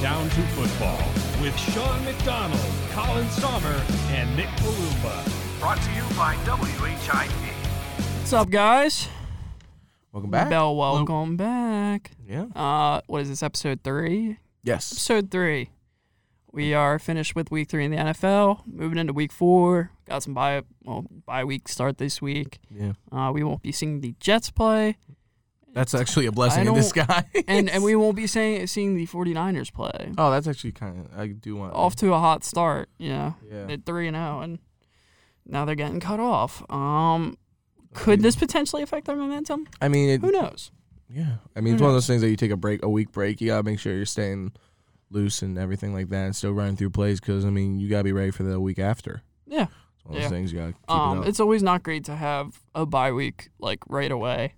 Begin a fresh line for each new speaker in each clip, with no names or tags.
Down to Football with Sean McDonald, Colin Sommer, and Nick Palumba.
Brought to you by WHIP.
What's up, guys?
Welcome back.
Bell, welcome back.
Yeah.
Uh, what is this? Episode three.
Yes.
Episode three. We are finished with week three in the NFL. Moving into week four. Got some bye well bye week start this week.
Yeah.
Uh, we won't be seeing the Jets play,
That's actually a blessing in
don't-
disguise.
and and we won't be seeing seeing the 49ers play.
Oh, that's actually kind of. I do want.
Off to a hot start, you know.
Yeah.
They're three and zero, and now they're getting cut off. Um, could this potentially affect their momentum?
I mean,
Who
it,
knows?
yeah. I mean, it's one of those things that you take a break, a week break. You gotta make sure you're staying loose and everything like that, and still running through plays because I mean, you gotta be ready for the week after.
Yeah.
It's one of those
Yeah.
things you gotta keep
Um,
it up.
it's always not great to have a bye week like right away,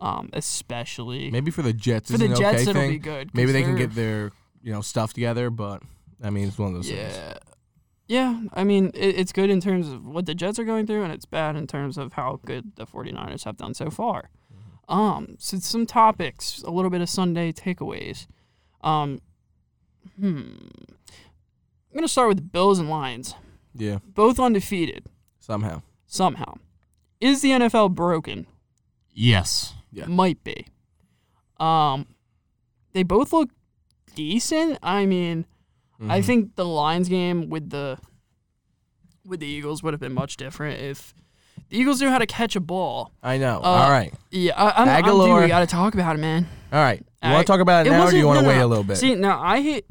um, especially
Mm-hmm. Maybe for the Jets,
for
it's
the
an
Jets
okay
it'll
thing.
be good. 'cause
Maybe they can
they're-
get their you know stuff together, but I mean, it's one of those things.
yeah, yeah. I mean, it, it's good in terms of what the Jets are going through, and it's bad in terms of how good the 49ers have done so far. Um, so it's some topics, a little bit of Sunday takeaways. Um, hmm. I'm gonna start with the Bills and Lions,
Yeah.
both undefeated
Somehow.
somehow. Is the NFL broken?
Yes.
Yeah.
might be. Um, they both look decent. I mean, I
Mm-hmm.
think the Lions game with the with the Eagles would have been much different if the Eagles knew how to catch a ball.
I know.
Uh,
All right.
Yeah, I, I'm, I'm dude,
Aguilar.
we got to talk about it, man.
All right. You
I-
want to talk about it,
it
now, or do
wasn't-
you want to
no, no,
wait
no.
a little bit?
See, now I hate.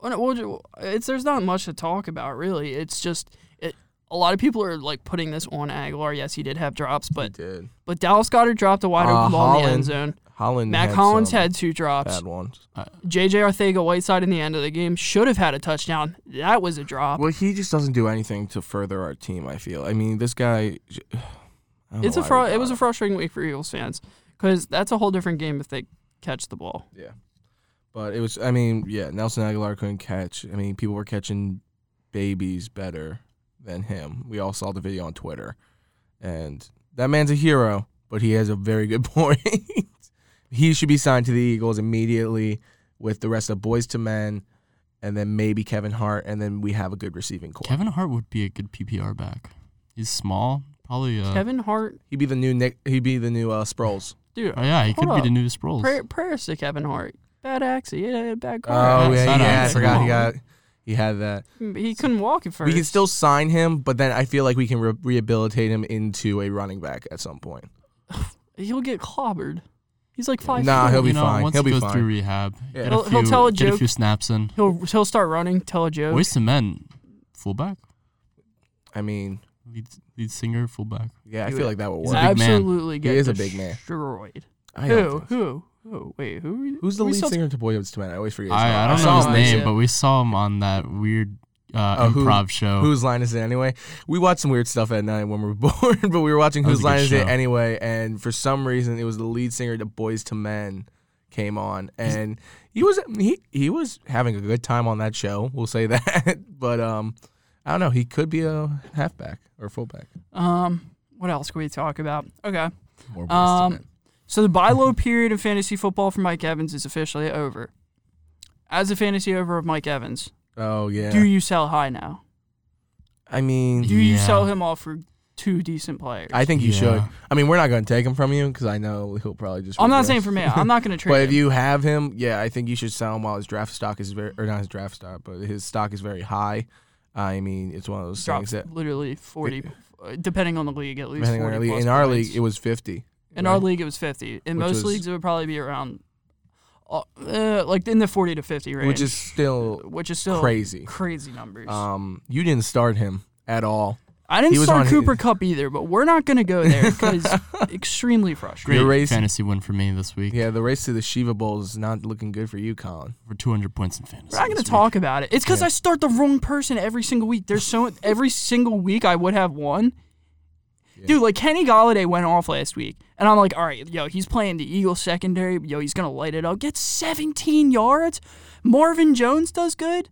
well, no, we'll ju- It's there's not much to talk about really. It's just it. A lot of people are like putting this on Aguilar. Yes, he did have drops, but
Did.
but Dallas Goddard dropped a wide
Uh,
open ball in the end
Holland-
zone.
Holland.
Mac Hollins
some
had two drops.
bad ones.
JJ Arthega Whiteside in the end of the game should have had a touchdown. That was a drop.
Well, he just doesn't do anything to further our team. I feel. I mean, this guy. I don't know
It's a
why
fru-
we
it was a
bought
frustrating week for Eagles fans because that's a whole different game if they catch the ball.
him. yeah, but it was. I mean, yeah. Nelson Aguilar couldn't catch. I mean, people were catching babies better than him. We all saw the video on Twitter, and that man's a hero. But he has a very good point. he should be signed to the Eagles immediately with the rest of Boys to Men, and then maybe Kevin Hart, and then we have a good receiving core.
Kevin Hart would be a good PPR back. He's small, probably. Uh,
Kevin Hart,
He'd be the new Nick. He'd be the new uh, Sproles.
dude.
Oh yeah, he
hold
could
up.
be the new Sproles.
Pra- prayers to Kevin Hart. Bad axe. He had a bad car.
Oh yeah,
yeah, yeah,
yeah. I
yeah,
forgot he
come
got he had that.
Mm, He couldn't walk at first.
We can still sign him, but then I feel like we can re- rehabilitate him into a running back at some point.
He'll get clobbered. He's like five.
Nah,
foot.
Oh, he'll be
you know,
fine.
Once
He'll be
he goes
fine.
through rehab,
Yeah.
get, a
He'll-
few,
he'll tell a
get a
joke.
few snaps in.
He'll he'll start running. Tell a joke.
Boys to Men, fullback,
I mean,
lead, lead singer, fullback.
yeah, I
Dude,
feel like that would
he's
work.
a big man.
Absolutely,
He
get
is a big man.
destroyed.
I don't
Who
think so.
who who? Wait, who? are you-
Who's the
we
lead
still-
singer to Boy Who's to Men? I always forget.
I, I don't
I
know
saw
his
him,
name,
yeah.
but we saw him on that weird uh,
Oh, who-
improv show.
Whose line is it anyway? We watched some weird stuff at night when we were bored, but we were watching
That was
Whose
a good
Line Is It
show.
anyway, and for some reason it was the lead singer to Boys to Men came on, and he was he he was having a good time on that show. We'll say that, but um, I don't know. He could be a halfback or fullback.
Um, what else can we talk about? Okay.
More Boys
Um,
to Men.
So the buy low period of fantasy football for Mike Evans is officially over. As a fantasy over of Mike Evans,
Oh yeah.
do you sell high now?
I mean,
Do you
Yeah.
sell him off for two decent players? I,
I think you
Yeah.
should. I mean, we're not going to take him from you because I know he'll probably just.
am not
regress.
saying for me. I'm not going to trade.
But if
him.
you have him, yeah, I think you should sell him while his draft stock is very, or not his draft stock, but his stock is very high. I mean, it's one of those
drops
things that
literally 40, uh, depending on the league, at least
depending
40
on our league,
plus
in our
points.
league it was fifty.
in our
right?
league it was 50. In
Which
most
was-
leagues, it would probably be around, uh, uh, like in the 40 to 50 range,
which is still
which is still
crazy.
crazy numbers.
Um, you didn't start him at all.
I didn't
he was
start
on-
Cooper Cup either, but we're not going to go there because extremely frustrating.
Great
You're raising-
fantasy win for me this week.
Yeah, the race to the Shiva Bowl is not looking good for you, Colin.
For 200 points in fantasy.
We're not going
this
to
week.
talk about it. It's because I start the wrong person every single week. There's so every single week I would have one. Dude, like Kenny Galladay went off last week, and I'm like, all right, yo, he's playing the Eagles secondary. Yo, he's gonna light it up. Gets 17 yards. Marvin Jones does good.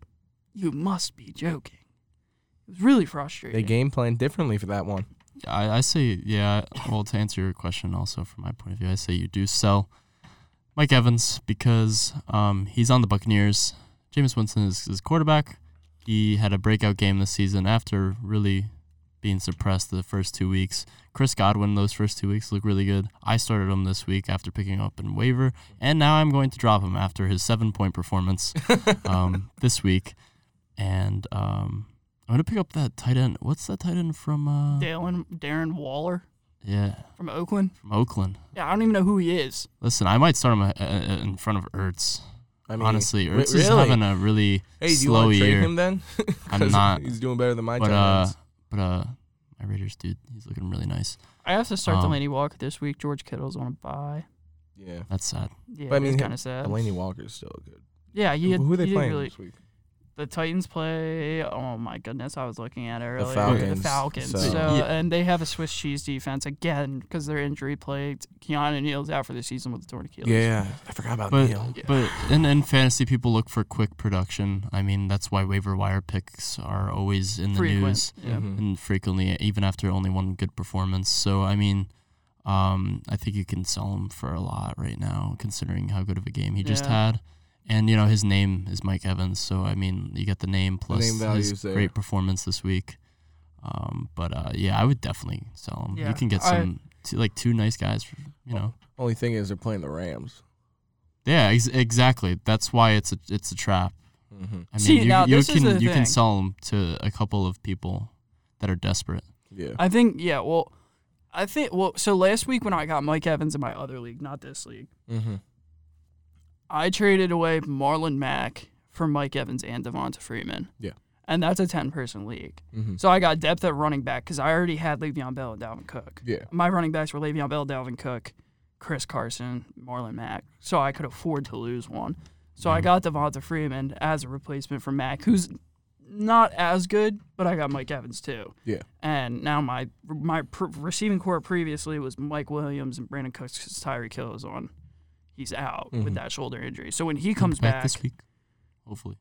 You must be joking. It was really frustrating.
They game plan differently for that one.
I, I say, yeah. Well, to answer your question, also from my point of view, I say you do sell Mike Evans because um, he's on the Buccaneers. Jameis Winston is his quarterback. He had a breakout game this season after really being suppressed the first two weeks. Chris Godwin, those first two weeks looked really good. I started him this week after picking him up in waiver, and now I'm going to drop him after his seven point performance um, this week. And um, I'm going to pick up that tight end. What's that tight end from? Uh,
Dalen, Darren Waller
yeah,
from Oakland.
from Oakland.
Yeah, I don't even know who he is.
Listen, I might start him uh, uh, in front of Ertz.
I mean,
Honestly,
re-
Ertz is
really?
having a really
hey, do you
slow
want to trade
year.
him then? 'Cause
not,
He's doing better than my
but
tight
uh,
ends.
but uh, my Raiders dude, he's looking really nice.
I have to start
Um,
Delaney Walker this week. George Kittle's on a bye.
Yeah.
That's sad.
Yeah,
But I mean,
kind of sad.
Delaney Walker's still good.
Yeah, he had,
Who are they
he did
playing
really-
this week?
the Titans play. Oh my goodness, I was looking at it earlier.
Falcons,
The Falcons.
so-
So,
Yeah.
and they have a Swiss cheese defense again because they're injury plagued. Keanu Neal's out for the season with a torn Achilles.
Yeah, I forgot about
But
Neil.
but in, in fantasy, people look for quick production. I mean, that's why waiver wire picks are always in the
Frequent.
news Mm-hmm.
Yeah.
Mhm.
and frequently, even after only one good performance. So I mean, um, I think you can sell him for a lot right now, considering how good of a game he just
Yeah.
had. And you know his name is Mike Evans, so I mean you get the name plus
name value's
his
there.
great performance this week. Um, but uh, yeah, I would definitely sell him.
Yeah,
you can get
I-
some two, like two nice guys, for, you know.
Only thing is, they're playing the Rams.
Yeah, ex- exactly. That's why it's a it's a trap.
Mm-hmm.
I mean,
See,
you,
now
you
this is
can
the
you
thing.
can sell them to a couple of people that are desperate.
Yeah.
I think, yeah, well, I think, well, so last week when I got Mike Evans in my other league, not this league,
mm-hmm.
I traded away Marlon Mack for Mike Evans and Devonta Freeman.
Yeah.
And that's a 10 person league.
Mm-hmm.
So I got depth at running back because I already had Le'Veon Bell and Dalvin Cook.
Yeah.
My running backs were Le'Veon Bell, Dalvin Cook, Chris Carson, Marlon Mack. So I could afford to lose one. So I got Devonta Freeman as a replacement for Mack, who's not as good, but I got Mike Evans too.
Yeah.
And now my my pr- receiving core previously was Mike Williams and Brandon Cooks because Tyree Kill is on. He's out with
Mhm.
that shoulder injury. So when he comes
Mm-hmm. He's back,
back,
this week, hopefully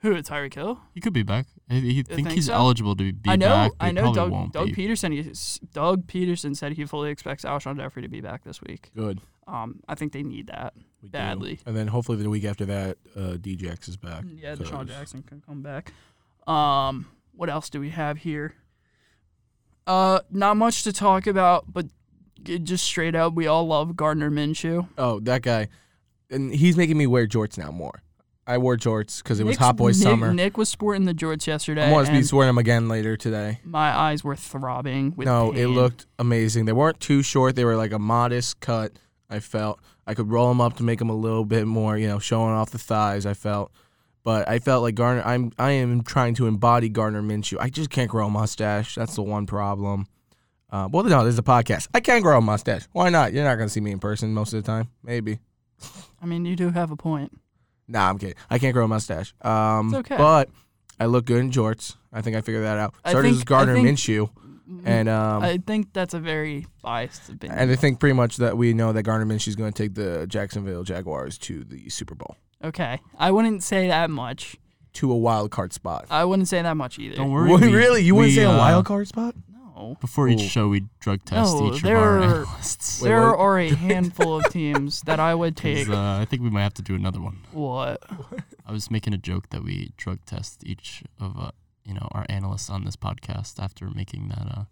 who is Tyree Kill?
he could be back. I, he think,
think
he's
so?
eligible to be
I know,
back. but
I
he
know.
probably
Doug,
won't
Doug
be.
Peterson. He's, Doug Peterson said he fully expects Alshon Jeffrey to be back this week.
Good.
Um, I think they need that.
We do.
Badly.
And then hopefully the week after that, uh, DJX is back.
Yeah,
'cause-
Deshaun Jackson can come back. Um, what else do we have here? Uh, not much to talk about, but g- just straight up, we all love Gardner Minshew.
Oh, that guy. And he's making me wear jorts now more. I wore jorts because it was
Nick's-
Hot Boy
Nick,
Summer.
Nick was sporting the jorts yesterday.
I'm going to be
and
wearing them again later today.
my eyes were throbbing with
No, it
pain.
looked amazing. They weren't too short. They were like a modest cut. I felt I could roll them up to make them a little bit more, you know, showing off the thighs. I felt, but I felt like Garner. I'm I am trying to embody Garner Minshew. I just can't grow a mustache. That's the one problem. Uh, well, no, this is a podcast. I can grow a mustache. Why not? You're not gonna see me in person most of the time. Maybe.
I mean, you do have a point.
Nah, I'm kidding. I can't grow a mustache. Um,
It's okay.
But I look good in jorts. I think I figured that out.
I
Started
think-
as Garner
I think-
Minshew, and um,
I think that's a very biased opinion.
And I think pretty much that we know that Garner Minshew's going to take the Jacksonville Jaguars to the Super Bowl,
Okay. I wouldn't say that much.
to a wild card spot.
I wouldn't say that much either.
Don't worry.
Wait,
we-
really? You wouldn't
we,
say a
uh,
wild card spot?
No.
Before each show, we drug test
No,
each of our
they're-
analysts.
Wait,
there
what?
are a handful of teams that I would
'Cause,
take.
uh, I think we might have to do another one.
what?
I was making a joke that we drug test each of uh, you know our analysts on this podcast after making that uh,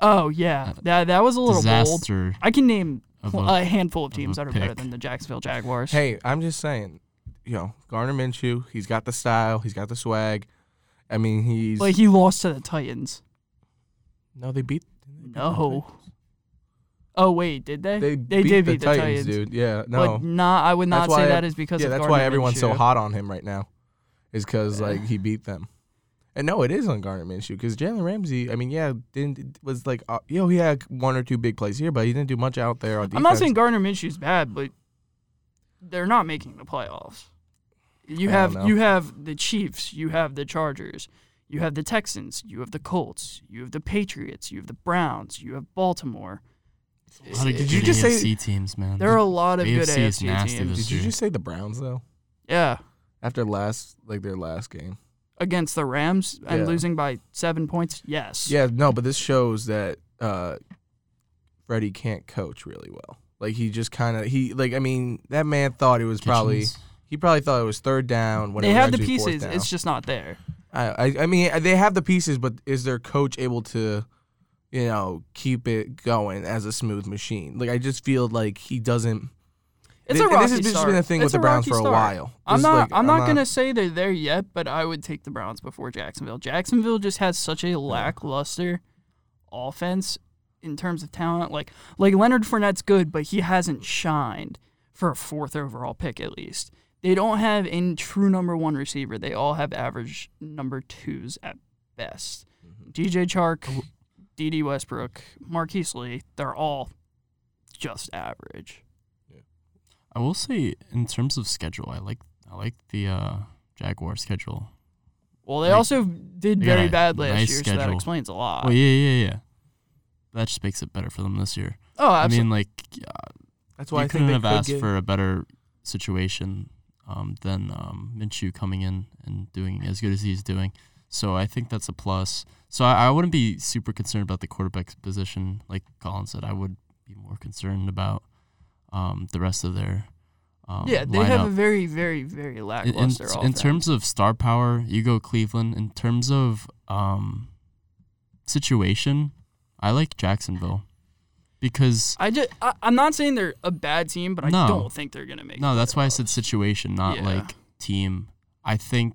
Oh yeah, that that was a little bold.
disaster.
I can name
Of uh,
pl-
a-
a handful of teams
a
that are better
pick.
than the Jacksonville Jaguars.
Hey, I'm just saying, you know, Garner Minshew, he's got the style, he's got the swag. I mean, he's
like he lost to the Titans.
no, they beat.
No. Oh wait, did they?
They, beat
did
the,
beat the Titans,
Titans, dude. Yeah, no.
But not, I would not
why
say that is because
yeah,
of
that's
Gardner
why everyone's so
Minshew.
hot on him right now, is because like he beat them. And no, it is on Garner Minshew because Jalen Ramsey. I mean, yeah, didn't was like uh, you know he had one or two big plays here, but he didn't do much out there on defense.
I'm not saying Gardner Minshew's bad, but they're not making the playoffs. You
I
have
don't know.
you have the Chiefs, you have the Chargers, you have the Texans, you have the Colts, you have the Patriots, you have the Browns, you have Baltimore.
A lot of
Did
good
you just say-
AFC teams, man?
There are a lot of good
AFC is
AFC
nasty
teams.
this
Did you
year.
just say the Browns though?
Yeah,
After last, like their last game.
against the Rams and
Yeah.
losing by seven points. Yes.
Yeah, no, but this shows that uh, Freddie can't coach really well. Like he just kind of he like I mean that man thought it was probably
Kitchens.
He probably thought it was third down. When
They
it was
have the
actually fourth
pieces.
down.
It's just not there.
I, I I mean they have the pieces, but is their coach able to, you know, keep it going as a smooth machine? Like I just feel like he doesn't.
It's
Thi-
a
and
rocky
this has been- just
start.
been a thing with
It's
the Browns
rocky
for a
start.
while.
I'm
It's
not.
like,
I'm
I'm
not
not-
gonna say they're there yet, but I would take the Browns before Jacksonville. Jacksonville just has such a lackluster offense in terms of talent. Like like Leonard Fournette's good, but he hasn't shined for a fourth overall pick at least. They don't have a true number one receiver. They all have average number twos at best. DJ
Oh.
Chark, D.D. Westbrook, Marquise Lee, they're all just average.
I will say in terms of schedule, I like I like the uh, Jaguar schedule.
Well, they
Like,
also did
they got
very
a
bad last
nice
year, so that
schedule.
explains a lot.
Oh yeah, yeah, yeah. That just makes it better for them this year.
Oh, absolutely.
I mean, like
That's why I
you
think
couldn't
they
have
could
asked
get-
for a better situation um, than um, Minshew coming in and doing as good as he's doing. So I think that's a plus. So I, I wouldn't be super concerned about the quarterback position, like Colin said. I would be more concerned about um, the rest of their um,
yeah, they have a
lineup.
very, very, very
in, in,
lackluster offense.
in terms of star power, you go Cleveland. In terms of um, situation, I like Jacksonville because
I just, I, I'm not saying they're a bad team, but I
No.
don't think they're gonna make.
No,
the
that's why I
playoffs.
said situation, not
Yeah.
like team. I think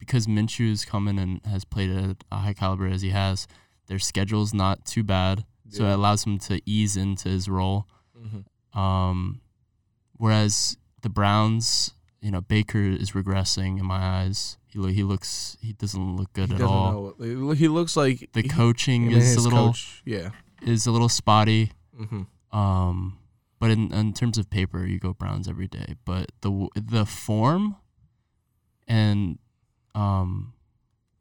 because Minshew's come in and has played at a high caliber as he has, their schedule's not too bad, so it allows him to ease into his role.
Mm-hmm.
Um, whereas the Browns, you know, Baker is regressing in my eyes. He lo- he looks he doesn't look good
He
at
doesn't
all.
know. what- He looks like
The
he-
coaching
I mean,
is
his
a little
coach, yeah.
is a little spotty.
Mm-hmm.
Um, but in, in terms of paper, you go Browns every day. But the w- the form and um,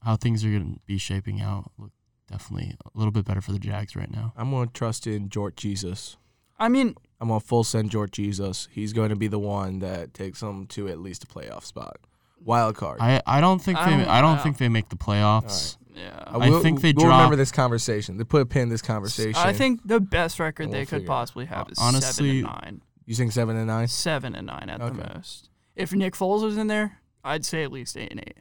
how things are going to be shaping out look definitely a little bit better for the Jags right now.
I'm gonna trust in George Jesus.
I mean,
I'm on full send George Jesus. He's going to be the one that takes them to at least a playoff spot, wild card.
I, I don't think
I
they
don't-
I don't
I
think they make the playoffs.
yeah,
I think they
we'll remember
drop-
this conversation. They put a pin in this conversation.
I think the best record
We'll
they
figure
could
it out.
possibly have is
Honestly-
seven and nine.
you think seven and nine.
Seven and nine at
Okay.
the most. If Nick Foles was in there, I'd say at least eight and eight.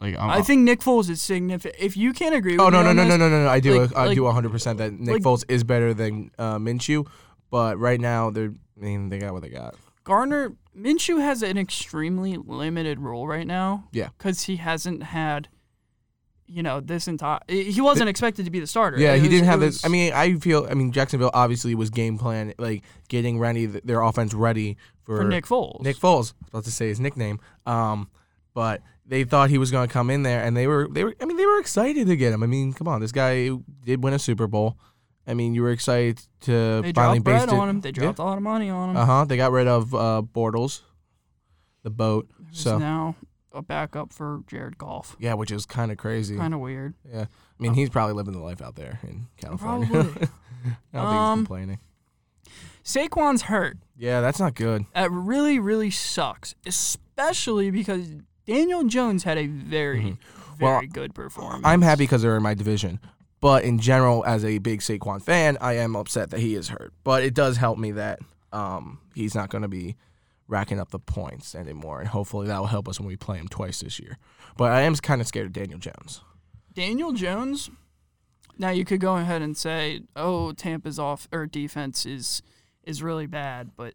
Like I'm,
i think Nick Foles is significant. If you can't agree with
Oh
me
no no
on
no
this,
no no no! no. I do
like-
I
like-
do 100 percent that Nick
like-
Foles is better than uh, Minshew, but right now they're I mean they got what they got.
Garner Minshew has an extremely limited role right now.
Yeah.
because he hasn't had, you know, this entire. He wasn't expected to be the starter.
Yeah,
It
he
was-
didn't
it
have
was-
this. I mean, I feel. I mean, Jacksonville obviously was game plan like getting ready their offense ready for,
for Nick Foles.
Nick Foles. I was about to say his nickname. Um, but they thought he was going to come in there, and they were they were. I mean, they were excited to get him. I mean, come on, this guy did win a Super Bowl. I mean, you were excited to
they
finally
dropped bread
based it-
on him. They dropped a lot of money on him.
Uh huh. They got rid of uh, Bortles, the boat.
He's
So
now a backup for Jared Goff.
yeah, which is kind of crazy.
Kind of weird.
Yeah. I mean, he's probably living the life out there in California.
Probably.
I don't
Um,
think he's complaining.
Saquon's hurt.
Yeah, that's not good.
That really, really sucks. Especially because Daniel Jones had a very,
Mm-hmm. Well,
very good performance.
I'm happy because they're in my division. But in general, as a big Saquon fan, I am upset that he is hurt. But it does help me that um, he's not going to be racking up the points anymore. And hopefully that will help us when we play him twice this year. But I am kind of scared of Daniel Jones.
Daniel Jones. Now you could go ahead and say, "Oh, Tampa's off or defense is is really bad," but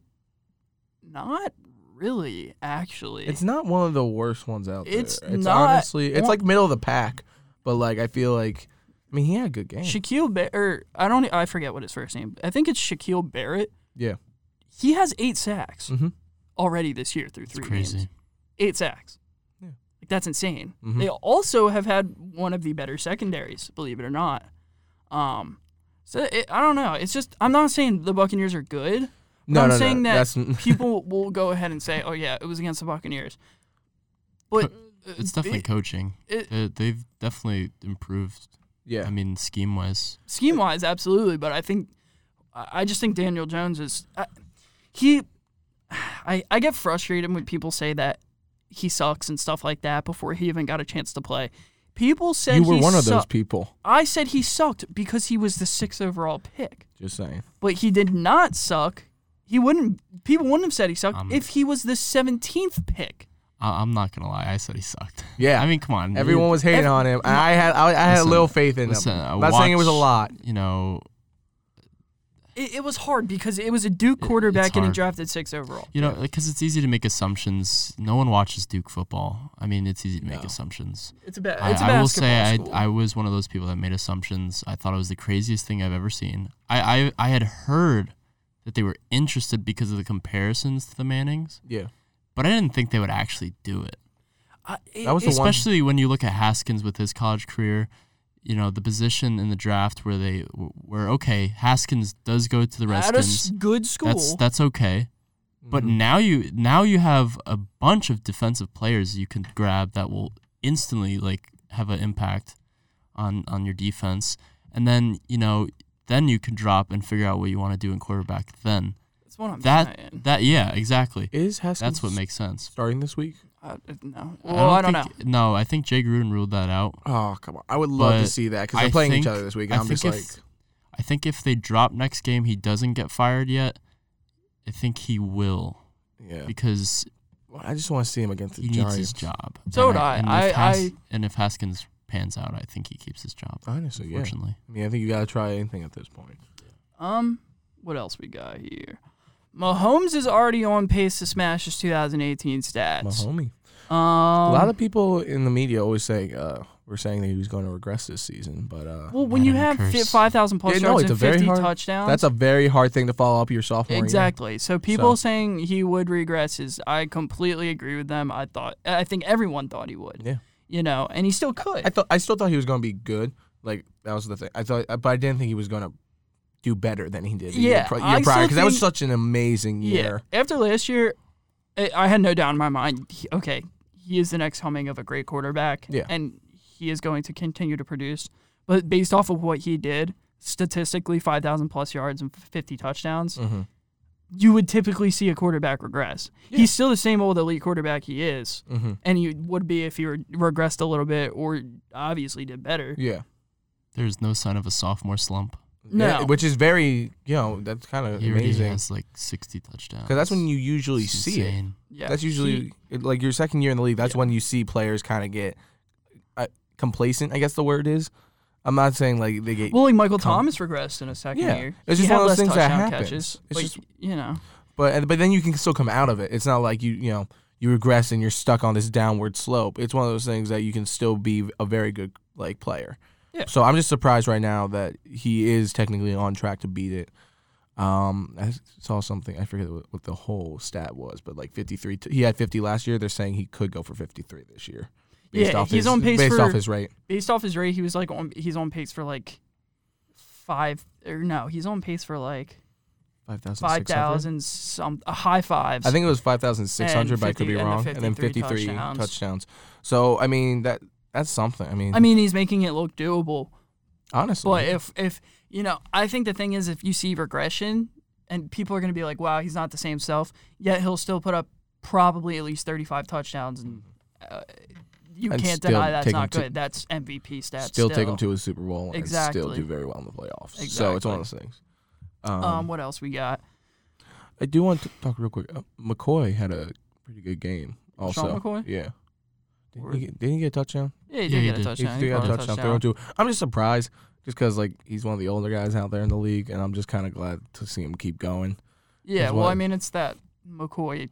not really. Actually,
It's not one of the worst ones out
It's
there. It's
not
honestly, it's
one-
like middle of the pack. But like, I feel like, I mean, he had a good game.
Shaquille Bar- or I don't. e, I forget what his first name. I think it's Shaquille Barrett.
yeah.
He has eight sacks
Mhm.
already this year through three
crazy.
games. Eight sacks.
Yeah.
Like that's insane.
Mm-hmm.
They also have had one of the better secondaries, believe it or not. Um, so it, I don't know. It's just I'm not saying the Buccaneers are good.
No,
I'm
no, no,
saying that
that's-
people will go ahead and say, "Oh yeah, it was against the Buccaneers," but uh,
it's definitely coaching.
it-
They- they've definitely improved.
Yeah.
I mean, scheme wise,
scheme wise, absolutely. But I think I I just think Daniel Jones is I, he. I I get frustrated when people say that he sucks and stuff like that before he even got a chance to play. People said
you were
he
one of those
sucked.
people.
I said he sucked because he was the sixth overall pick,
Just saying.
but he did not suck He wouldn't. People wouldn't have said he sucked
Um,
if he was the 17th pick.
I, I'm not gonna lie. I said he sucked.
Yeah.
I mean, come on.
Everyone was hating
Ev-
on him. I had I, I had a
Listen,
little faith in
listen,
him.
I
I'm not saying it was a
watched-
lot.
You know,
It, it was hard because it was a Duke
it's
quarterback getting
hard.
drafted six overall.
you know, because it's easy to make assumptions. No one watches Duke football. I mean, it's easy to make assumptions.
It's a ba-
I,
it's a
I
basketball
will say I,
school.
I was one of those people that made assumptions. I thought it was the craziest thing I've ever seen. I, I, I had heard that they were interested because of the comparisons to the Mannings,
Yeah.
but I didn't think they would actually do it.
I- it-
That was the
it's-
one-
Especially when you look at Haskins with his college career, you know, the position in the draft where they were okay, Haskins does go to the
at a s-
Redskins.
good school.
That's that's okay. But
Mm-hmm.
Mm-hmm.
now you now you have a bunch of defensive players you can grab that will instantly like have an impact on on your defense. And then, you know, then you can drop and figure out what you want to do in quarterback then.
That's what I'm
That
saying.
that yeah, exactly.
Is Haskins
That's what makes sense.
starting this week?
I, no. Well, I don't, know.
think, No, I think Jay Gruden ruled that out.
Oh come on! I would love to
But
see that because they're
I
playing each
think-
other this week.
I
And I'm
think
just like,
if- I think if they drop next game, he doesn't get fired yet. I think he will
yeah.
because
I just want to see him against the
he needs
Giants.
his job.
So
And
would I.
And
I-
if, Has-
I-
and if Haskins pans out, I think he keeps his job.
Honestly, yeah.
Unfortunately,
I mean, I think you got to try anything at this point.
Um, what else we got here? Mahomes is already on pace to smash his 2018 stats.
My homie.
Um,
a lot of people in the media always say uh, we're saying that he was going to regress this season, but uh,
well, when you
Madden
have fi-
curse.
5,000 plus
yeah,
yards
no, it's a
and
very
50
hard.
touchdowns,
That's a very hard thing to follow up your sophomore year.
exactly. So people
So-
saying he would regress is I completely agree with them. I thought I think everyone thought he would.
Yeah.
You know, and he still could.
I thought I still thought he was going to be good. Like that was the thing. I thought, but I didn't think he was going to do better than he did. the year,
Yeah,
pri-
I
year prior
still
because that was
think-
such an amazing year.
After last year, I, I had no doubt in my mind. he- okay, he is the next humming of a great quarterback.
Yeah.
And he is going to continue to produce. But based off of what he did, statistically, 5,000 plus yards and 50 touchdowns,
Mm-hmm.
you would typically see a quarterback regress. He's still the same old elite quarterback he is.
Mm-hmm.
And he would be if he re- regressed a little bit or obviously did better.
Yeah.
there is no sign of a sophomore slump.
No.
Yeah, which is very you know that's kind of
He already
Uh, amazing
has like sixty touchdowns.
because that's when you usually
It's
see it.
insane.
Yeah.
That's usually it- like your second year in the league. That's when you see players kind of get uh, complacent. I guess the word is. I'm not saying like they get,
Well, like Michael Thomas regressed in a second
Yeah.
year.
It's
He
just
had
one of those
less
things that
touchdown
happens.
Catches.
It's
like,
just-
you know.
but but then you can still come out of it. It's not like you you know you regress and you're stuck on this downward slope. It's one of those things that you can still be a very good like player.
Yeah.
So I'm just surprised right now that he is technically on track to beat it. Um, I s- saw something. I forget what what the whole stat was, but like 53. T- he had 50 last year. They're saying he could go for 53 this year.
Yeah, he's
his,
on pace
based
for-
off his rate.
based off his rate, he was like on he's on pace for like five or no, he's on pace for like
5,600.
five thousand some uh, high fives.
I think it was 5,600,
And
but I could
50
be
and the
wrong. And, then
53
53
touchdowns.
touchdowns. So, I mean, that that's something. I mean,
I mean he's making it look doable.
honestly.
But if if you know, I think the thing is if you see regression and people are gonna be like, wow, he's not the same self. Yet he'll still put up probably at least thirty five touchdowns and. Uh, you
And
can't
still
deny that's
take him
not
to-
good. that's MVP stats.
still, take him to a Super Bowl and still
Exactly.
do very well in the playoffs. So, it's one of those things. Um,
Um, what else we got?
I do want to talk real quick. Uh, McCoy had a pretty good game also.
McCoy?
Yeah. Didn't he, get, didn't he get a touchdown?
Yeah, he
Yeah,
did
he
get a
did.
He
touchdown.
got
caught
a touchdown. throw into- I'm just surprised just because, like, he's one of the older guys out there in the league, and I'm just kind of glad to see him keep going.
Yeah,
as
well, I
well.
mean, it's that McCoy,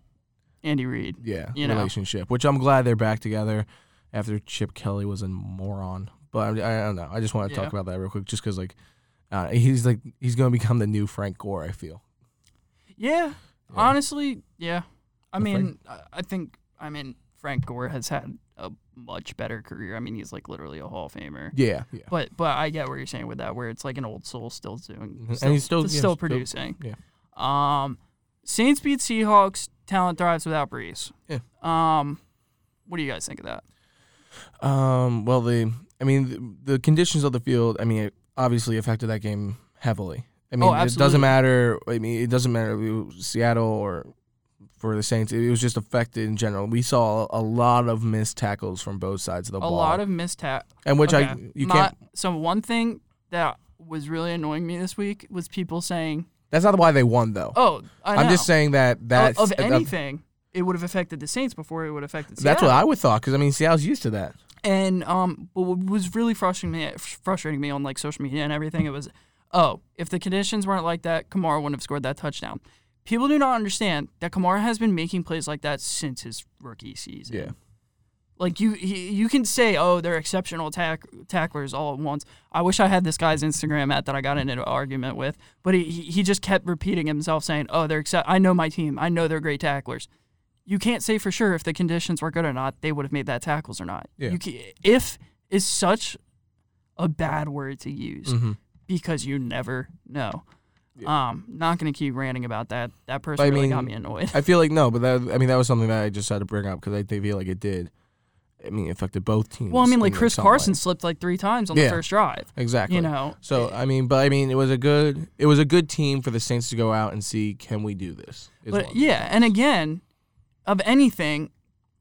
Andy Reid.
yeah
you know.
relationship, which I'm glad they're back together after Chip Kelly was a moron. But I, I don't know. I just want to
Yeah.
talk about that real quick, just because like uh, he's like he's gonna become the new Frank Gore. I feel.
Yeah, honestly, yeah. I
Well,
mean, I I think I mean Frank Gore has had a much better career. I mean, he's like literally a Hall of Famer.
Yeah, yeah.
But but I get what you're saying with that, where it's like an old soul still doing,
Mhm.
still,
and he's still
still,
yeah,
producing.
yeah.
Um, Saints beat Seahawks. Talent thrives without Breeze.
Yeah.
Um, what do you guys think of that?
Um. Well, the I mean the, the conditions of the field. I mean, it obviously affected that game heavily. I mean, it
Oh, absolutely.
doesn't matter. I mean, it doesn't matter if it was Seattle or for the Saints. It was just affected in general. We saw a lot of missed tackles from both sides of the
A
ball.
lot of missed tap.
and which I
Okay.
you
My-
can't
So one thing that was really annoying me this week was people saying
That's not why they won though.
Oh, I know.
I'm just saying that that
Of, of
that-
anything, it would have affected the Saints before it would have affected.
That's
Seattle.
what I would thought because I mean Seattle's used to that.
And um, but what was really frustrating me, frustrating me on like social media and everything, it was, oh, if the conditions weren't like that, Kamara wouldn't have scored that touchdown. People do not understand that Kamara has been making plays like that since his rookie season.
Yeah.
Like you, he- you can say, oh, they're exceptional tack, tacklers all at once. I wish I had this guy's Instagram at that I got in an argument with, but he he he just kept repeating himself, saying, oh, they're except. I know my team. I know they're great tacklers. You can't say for sure if the conditions were good or not. They would have made that tackles or not.
Yeah.
You ca if is such a bad word to use
Mm-hmm.
because you never know. Um, not gonna keep ranting about that. That person
I
really got
mean,
me annoyed.
I feel like no, but that I mean that was something that I just had to bring up because I did feel like it did. I mean, it affected both teams.
Well, I mean,
in,
like Chris
some
Carson
way.
slipped like three times on
Yeah.
the first drive.
Exactly.
you know,
So I mean, but I mean, it was a good it was a good team for the Saints to go out and see can we do this. is
But
one.
yeah, and again, of anything,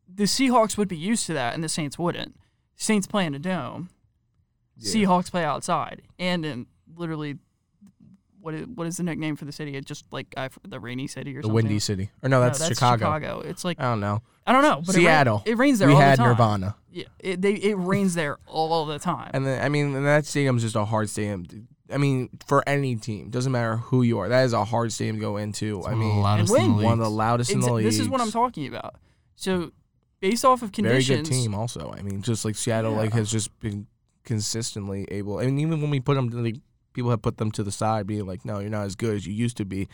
the Seahawks would be used to that, and the Saints wouldn't. Saints play in a dome. Seahawks play outside, and in literally, what is, what is the nickname for the city? It just like I, the rainy city or
the
something.
Windy City or
No,
no, that's, Chicago.
It's like
I don't know.
I don't know. But it rain-
Seattle.
It, rains there.
We
all
had
the time.
Nirvana,
Yeah, it, they, it rains there all the time.
and then I mean, and that stadium's just a hard stadium. to- I mean, for any team, doesn't matter who you are, that is a hard stadium to go into. I
One of the
mean,
loudest
and
in the
win.
league.
one of the loudest in the
Exa-
league.
this is what I'm talking about. So, based off of
Very
conditions,
good team, also. I mean, just like Seattle, like has just been consistently able. I mean, even when we put them, to the, people have put them to the side, being like, "No, you're not as good as you used to be."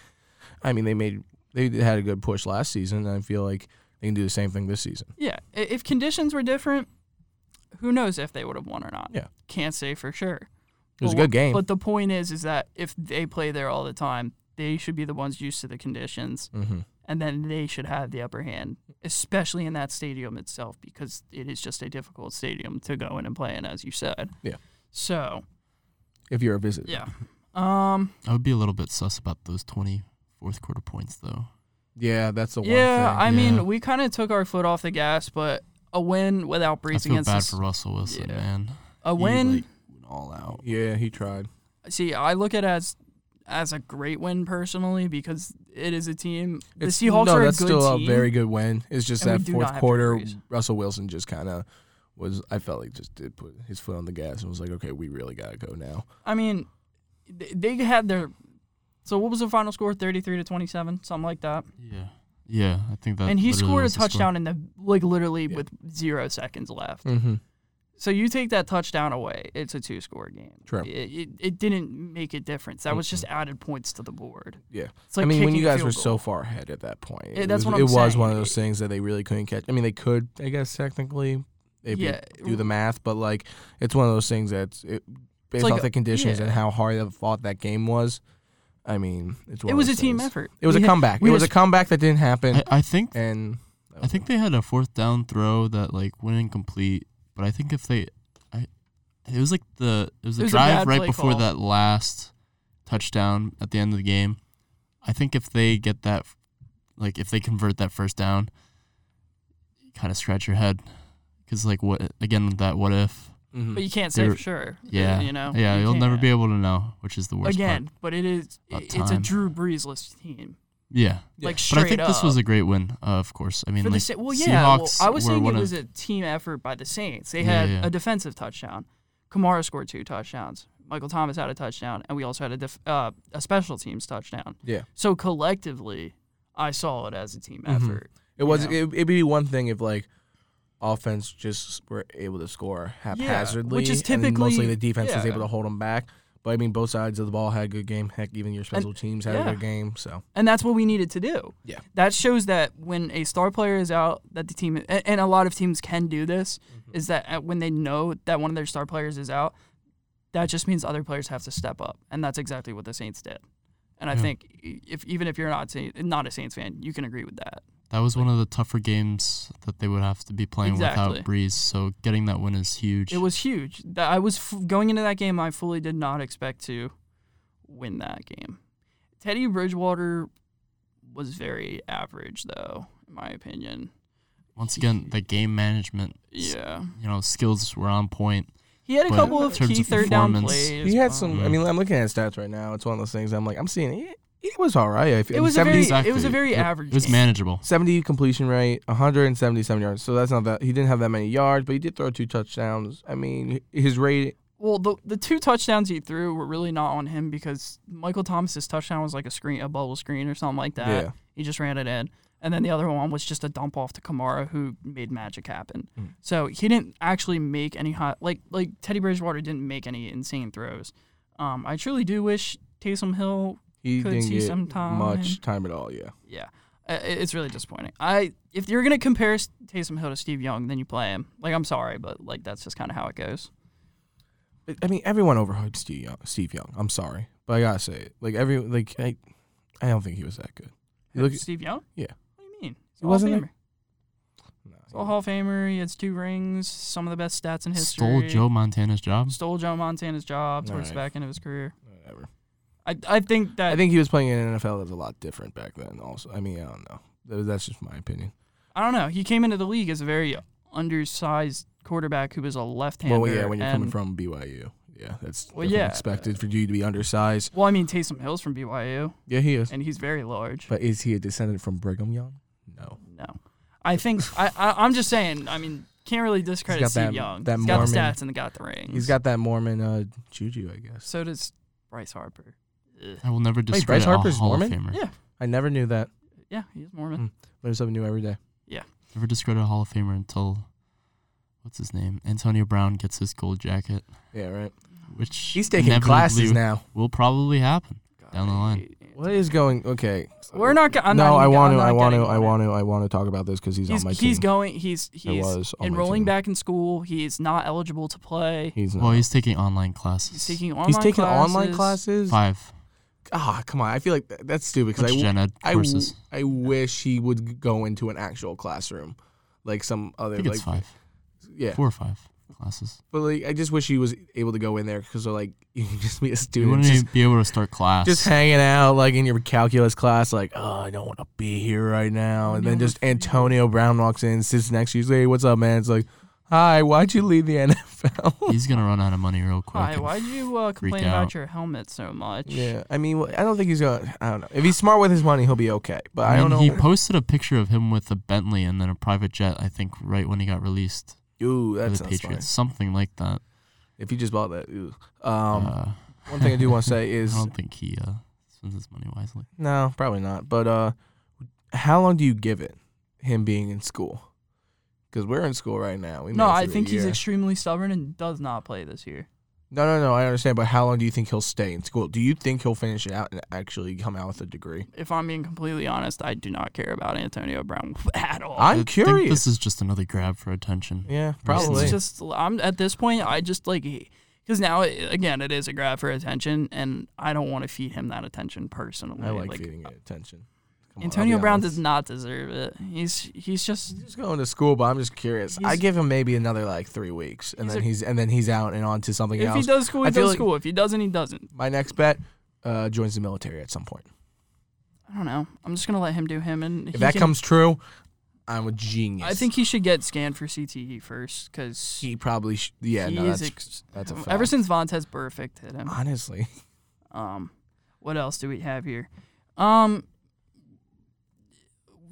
I mean, they made they had a good push last season, and I feel like they can do the same thing this season.
Yeah, i- if conditions were different, who knows if they would have won or not?
Yeah.
can't say for sure.
It was a
But wha-
good game.
But the point is, is that if they play there all the time, they should be the ones used to the conditions,
Mhm.
and then they should have the upper hand, especially in that stadium itself, because it is just a difficult stadium to go in and play in, as you said.
Yeah.
So
If you're a visitor,
yeah, um,
I would be a little bit sus about those 20 fourth quarter points, though.
yeah, that's the
yeah,
one
I
yeah.
mean, we kind of took our foot off the gas, but a win without
I
Breeze
feel
against
bad
us,
for Russell Wilson,
Yeah.
man.
a win.
He, like, went all out.
thing. Yeah, he tried.
see I look at it as as a great win personally because it is a team. The
It's-
Seahawks
no,
are
that's
a good
still
team.
a very good win. It's just
and we
that
do not
fourth
have
quarter,
injuries.
Russell Wilson just kind of was. I felt like just did put his foot on the gas and was like, "Okay, we really gotta go now."
I mean, th- they had their. So what was the final score? Thirty three to twenty seven, something like that.
Yeah. Yeah, I think that.
and he
literally
scored a
was the score.
touchdown in the like literally
Yeah.
with zero seconds left.
Mm-hmm.
So you take that touchdown away, it's a two score game.
True.
It, it, it didn't make a difference. That was just added points to the board.
Yeah.
It's like
I mean, when
kicking
you
a
guys
field
were
goal.
so far ahead at that point,
Yeah, that's
was,
what I'm
it was
saying.
one of those things that they really couldn't catch. I mean, they could, I guess, technically, if you
Yeah.
do the math, but like, it's one of those things that's it, based
like
off
a-
the conditions
yeah.
and how hard of a fought that game was. I mean, it's one
It
of
was a
those
team
things.
effort.
It was
We
a
had-
comeback.
we
It
had
was
a
a comeback that didn't happen,
I, I think
and
I think they had a fourth down throw that like went incomplete, but I think if they, I, it was like the it was the
It was a
drive
bad
right
play
before
call.
that last touchdown at the end of the game. I think if they get that, like if they convert that first down, you kind of scratch your head, because like what again that what if?
Mhm.
But you can't say
They're-
for sure.
Yeah,
You know.
yeah,
You
will never
can't.
be able to know, which is the worst. part.
again, but it is
About
it- it's a
time.
Drew Breesless team.
yeah.
Like
But
straight
I think
up.
this was a great win, uh, of course. I mean,
for the
like,
Sa- well, yeah. well,
Seahawks
I was
were
saying
one
it
of-
was a team effort by the Saints. They
Yeah,
had
yeah.
a defensive touchdown. Kamara scored two touchdowns. Michael Thomas had a touchdown, and we also had a def- uh, a special teams touchdown.
yeah.
So collectively, I saw it as a team
Mm-hmm.
effort.
It was.
know?
It, it'd be one thing if like offense just were able to score haphazardly,
which is
and then mostly
typically-
the defense was
yeah.
able to hold them back. But I mean, both sides of the ball had a good game. Heck, even your special teams had
yeah.
a good game. So
and that's what we needed to do.
Yeah.
That shows that when a star player is out, that the team and, and a lot of teams can do this is that uh, when they know that one of their star players is out, that just means other players have to step up, and that's exactly what the Saints did. And I think e- if even if you're not Saint, not a Saints fan, you can agree with that.
That was one of the tougher games that they would have to be playing
Exactly.
without Breeze. So getting that win is huge.
It was huge. That I was f- going into that game, I fully did not expect to win that game. Teddy Bridgewater was very average, though, in my opinion.
once again the game management. s-
Yeah.
You know, skills were on point.
He had a
But
couple
in
of
terms
key
of
third down
performance-
plays.
he had
but-
some. I mean, I'm looking at his stats right now. It's one of those things. I'm like, I'm seeing. He, it was all right. I feel-
It was a
70
very-
Exactly.
it was a very average
It was
game.
manageable.
70 completion rate, 177 yards. So that's not that. He didn't have that many yards, but he did throw two touchdowns. I mean, his rate.
Well, the the two touchdowns he threw were really not on him because Michael Thomas's touchdown was like a screen, a bubble screen or something like that.
Yeah.
He just ran it in, and then the other one was just a dump off to Kamara, who made magic happen.
Hmm.
So he didn't actually make any hot like like Teddy Bridgewater didn't make any insane throws. Um, I truly do wish Taysom Hill.
He
Could
didn't
see
get
some time.
much time at all. Yeah.
Yeah, I- I- it's really disappointing. I if you're gonna compare S- Taysom Hill to Steve Young, then you play him. Like I'm sorry, but like that's just kind of how it goes.
I- I mean, everyone overhyped Steve Young. Steve Young. I'm sorry, but I gotta say it. Like every like I, I don't think he was that good. You look,
Steve Young.
yeah.
What do you mean? He's
He
a Hall of
wasn't
Famer.
there?
He's a Hall of Famer. He has two rings, some of the best stats in history.
Stole Joe Montana's job.
Stole Joe Montana's job towards the
Alright.
back end of his career.
Whatever.
I, I think that
I think he was playing in an NFL that was a lot different back then. Also, I mean, I don't know. That- That's just my opinion.
I don't know. He came into the league as a very undersized quarterback who was a left-hander.
Well, yeah, when you're coming
and-
from BYU, yeah, that's
Well,
definitely
yeah.
expected for you to be undersized.
Well, I mean Taysom Hill's from BYU,
Yeah, he is.
and he's very large.
But is he a descendant from Brigham Young? No.
no, I think I, I I'm just saying. I mean, can't really discredit
got
Steve
that-
Young.
that
he's got the
Mormon-
stats and he got the rings.
He's got that Mormon uh, juju, I guess.
So does Bryce Harper.
I will never
Bryce
discredit
Harper's
a Hall
Mormon?
of Famer.
Yeah,
I never knew that.
yeah, he's Mormon.
Learn something new every day.
Never discredit a Hall of Famer until what's his name? Antonio Brown gets his gold jacket,
Yeah, right.
which
He's taking
inevitably
classes now.
Will probably happen down the line.
What is going? Okay.
We're not. go- I'm
no,
not
I
even- I'm
want to.
not
I want to.
getting
I
on it.
want to. I want to talk about this because he's,
He's
on my
he's
team.
going. He's
was
he's
on my
enrolling
team.
back in school. He's not eligible to play.
he's not.
Well, he's taking online
He's
classes.
taking online.
He's taking online classes.
five.
Ah, come on. I feel like th- that's stupid because
Bunch
I,
of gen ed
I, w-
courses.
I wish he would g- go into an actual classroom, like some other
I think
like
it's five,
yeah.
four or five classes.
But like, I just wish he was able to go in there because like you can just be a
You
student
wouldn't
just
even be able to start class.
just hanging out like in your calculus class, like, oh, I don't want to be here right now. And then just Antonio Brown walks in, sits next to you, say, hey, what's up, man? It's like, hi, why'd you leave the NFL?
he's gonna run out of money real quick.
Hi,
and
why'd you uh, complain
out.
about your helmet so much?
yeah, I mean, well, I don't think he's gonna. I don't know. If he's smart with his money, he'll be okay. But I, don't
mean,
know.
He posted a picture of him with a Bentley and then a private jet. I think right when he got released
ooh,
for
that
the
sounds
Patriots,
fine.
something like that.
If he just bought that, ooh. Um,
uh,
one thing I do want to say is
I don't think he uh, spends his money wisely.
no, probably not. But uh, how long do you give it him being in school? Because we're in school right now. We
No,
made it
I
through a
think he's
year.
extremely stubborn and does not play this year.
No, no, no. I understand, but how long do you think he'll stay in school? Do you think he'll finish it out and actually come out with a degree?
If I'm being completely honest, I do not care about Antonio Brown at all.
I
I'm
think
curious.
this is just another grab for attention.
yeah,
Probably.
probably.
It's just I'm at this point. I just like because now again it is a grab for attention, and I don't want to feed him that attention personally.
I like, feeding it attention. Come on, I'll
Antonio
be
Brown
honest.
does not deserve it. He's he's just
He's going to school, but I'm just curious. I
He's-
give him maybe another like three weeks, and
He's
then
a-
he's and then he's out and on to something
if
else.
he does school,
I
he
feel
does
like-
school. If he doesn't, he doesn't.
My next bet uh, joins the military at some point.
I don't know. I'm just gonna let him do him, and he
If that
can-
comes true, I'm a genius.
I think he should get scanned for CTE first because he,
he probably sh- yeah. no,
is
that's,
ex- um,
that's a fact.
ever since Vontez Burfict hit him.
honestly.
Um, what else do we have here? Um,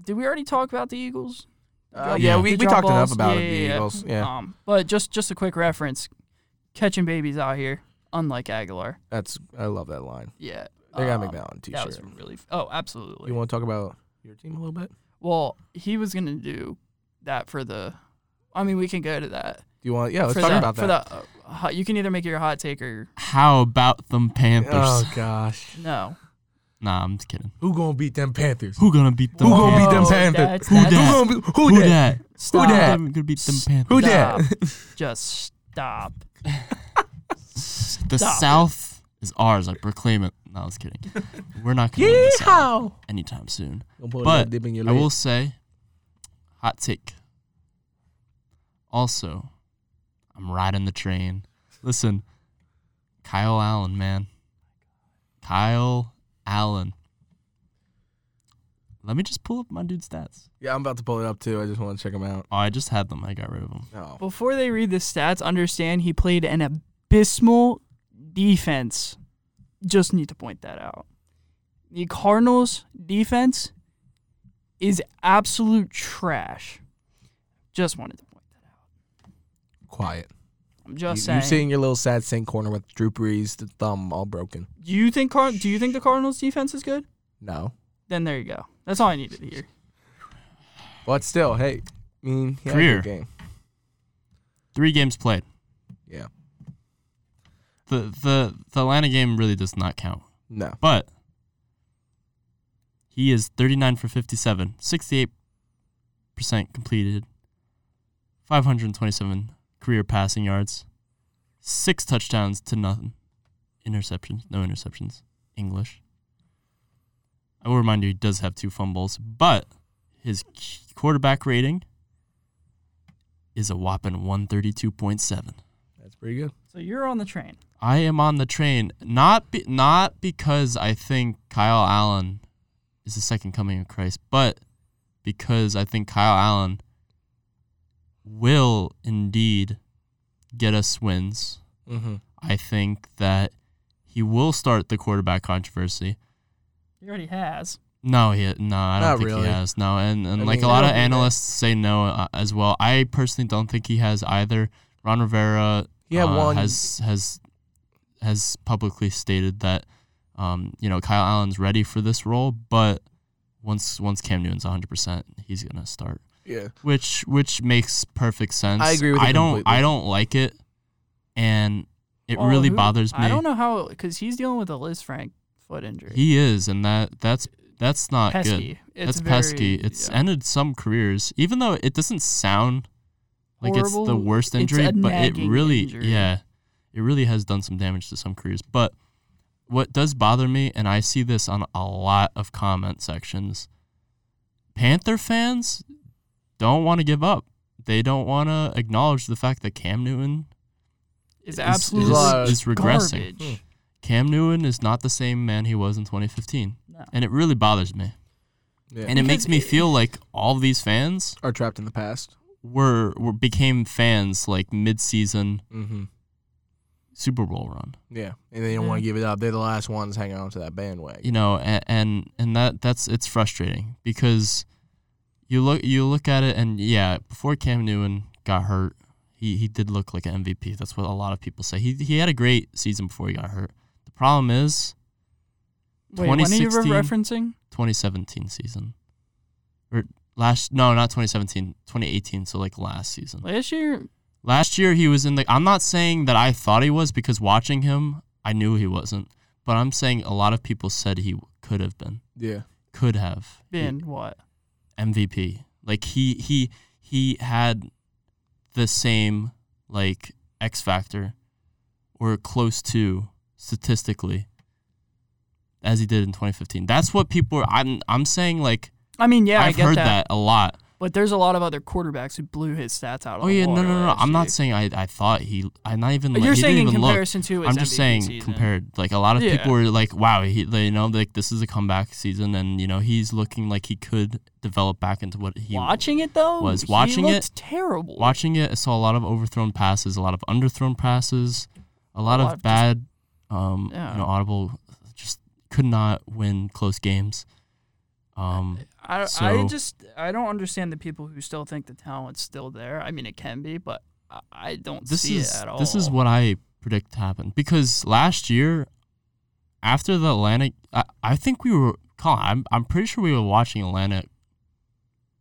did we already talk about the Eagles?
Uh,
Drop-
yeah,
Yeah.
we,
the
we
drop
talked enough
balls?
about
Yeah,
it.
yeah,
The
yeah.
Eagles, yeah,
Um, but just just a quick reference, catching babies out here, unlike Aguilar.
that's I love that line.
Yeah,
They gotta
um,
make that on a t-shirt.
That was really f- oh absolutely.
You want to talk about your team a little bit? Do
well, he was gonna do that for the. I mean, we can go to that.
you want? Yeah, let's
for
talk
the,
about
for
that.
the, uh, hot- you can either make it your hot take or
How about them Panthers?
oh gosh,
no.
Nah, I'm just kidding.
who gonna beat them Panthers? Who,
Who gonna beat them?
gonna beat them
Oh,
Panthers?
that's- that's-
Who gonna beat? Who,
Who
that?
that?
Stop.
dat?
Who gonna beat them Panthers?
Who that?
Just stop.
The
Stop.
South is ours. I proclaim it. No, I was kidding. We're not gonna win the South anytime soon.
Gonna put a little
But
dip in your
I will
lip.
say, hot take. Also, I'm riding the train. Listen, Kyle Allen, man. Kyle Allen. Let me just pull up my dude's stats.
Yeah, I'm about to pull it up too. I just want to check them out.
Oh, I just had them. I got rid of them.
No,
Before they read the stats, understand he played an abysmal defense. Just need to point that out. the Cardinals defense is absolute trash. Just wanted to point that out.
Quiet.
I'm
You,
just
you
saying.
sit in your little sad saint corner with Drew Brees, the thumb all broken.
do you think Car- do you think the Cardinals defense is good?
No,
Then there you go. That's all I needed to hear.
but still, hey, I mean, he had a
Career.
good game.
Three games played.
Yeah.
The the the Atlanta game really does not count.
No.
But he is 39 for 57, 68% completed, 527 career passing yards, six touchdowns to nothing. Interceptions, no interceptions. English. I will remind you, he does have two fumbles, but his k- quarterback rating is a whopping 132.7.
That's pretty good.
So you're on the train.
I am on the train, not be, not because I think Kyle Allen is the second coming of Christ, but because I think Kyle Allen will indeed get us wins.
Mm-hmm.
I think that he will start the quarterback controversy.
He already has.
No, he no, I don't
Not
think
really.
he has. No, and, and
I
like
mean-
a lot
I don't think
of
that-
analysts say no uh, as well. I personally don't think he has either. Ron Rivera
He had
uh,
one.
has has has publicly stated that um, you know Kyle Allen's ready for this role, but once once Cam Newton's 100, percent he's gonna start,
yeah.
which which makes perfect sense.
I agree with
I
him
don't
completely.
I don't like it, and it
Well,
really
Oh, who-
bothers me.
I don't know how because he's dealing with a Liz Frank foot injury.
He is, and that that's that's not good.
pesky.
That's
It's very-
pesky. It's
yeah.
ended some careers, even though it doesn't sound like it's the
Horrible.
worst
It's
injury,
a
but it
nagging
really,
injury.
yeah, it really has done some damage to some careers. But what does bother me, and I see this on a lot of comment sections, Panther fans don't want to give up. They don't want to acknowledge the fact that Cam Newton
It's
is,
absolutely
is,
Lies.
is regressing.
garbage.
Cam Newton is not the same man he was in 2015,
No.
and it really bothers me
Yeah.
and it
Because
makes me
it-
feel like all these fans
are trapped in the past.
were, were became fans like mid-season
Mm-hmm.
Super Bowl run,
Yeah, and they don't
Mm-hmm.
want to give it up. They're the last ones hanging on to that bandwagon.
you know, and, and and that that's it's frustrating because you look you look at it and yeah, before Cam Newton got hurt, he he did look like an MVP. That's what a lot of people say. He he had a great season before he got hurt. The problem is
Wait, when are you
2016?
referencing?
2017 season or last no not 2017 2018 so like last season
Last year,
Last year he was in the I'm not saying that I thought he was because watching him I knew he wasn't, but I'm saying a lot of people said he could have been.
Yeah,
Could have
been what?
MVP. Like he he he had the same like X factor or close to statistically as he did in 2015. That's what people are I'm I'm saying like
I mean, yeah,
I've
I get
heard
that,
that a lot.
But there's a lot of other quarterbacks who blew his stats out. of
Oh
the
yeah, no,
water
no, no. no.
last
I'm not
year.
saying I, I thought he. I'm not even.
But
like,
you're
he didn't
saying in
even look.
comparison to his
I'm just
MVP
saying
season.
compared. Like a lot of
Yeah.
people were like, "Wow, he, they- you know, like this is a comeback season, and you know he's looking like he could develop back into what he."
watching it though
was
he
watching
looked
it-
terrible.
Watching it, I saw a lot of overthrown passes, a lot of underthrown passes, a
lot
lot, of,
of just-
bad, um,
Yeah.
you know, audible. Just could not win close games. Um,
I, I
so-
just I don't understand the people who still think the talent's still there. I mean, it can be, but I, I don't
this
see
is
it at all.
this is what I predict happened because last year, after the Atlanta, I, I think we were Colin. I'm I'm pretty sure we were watching Atlanta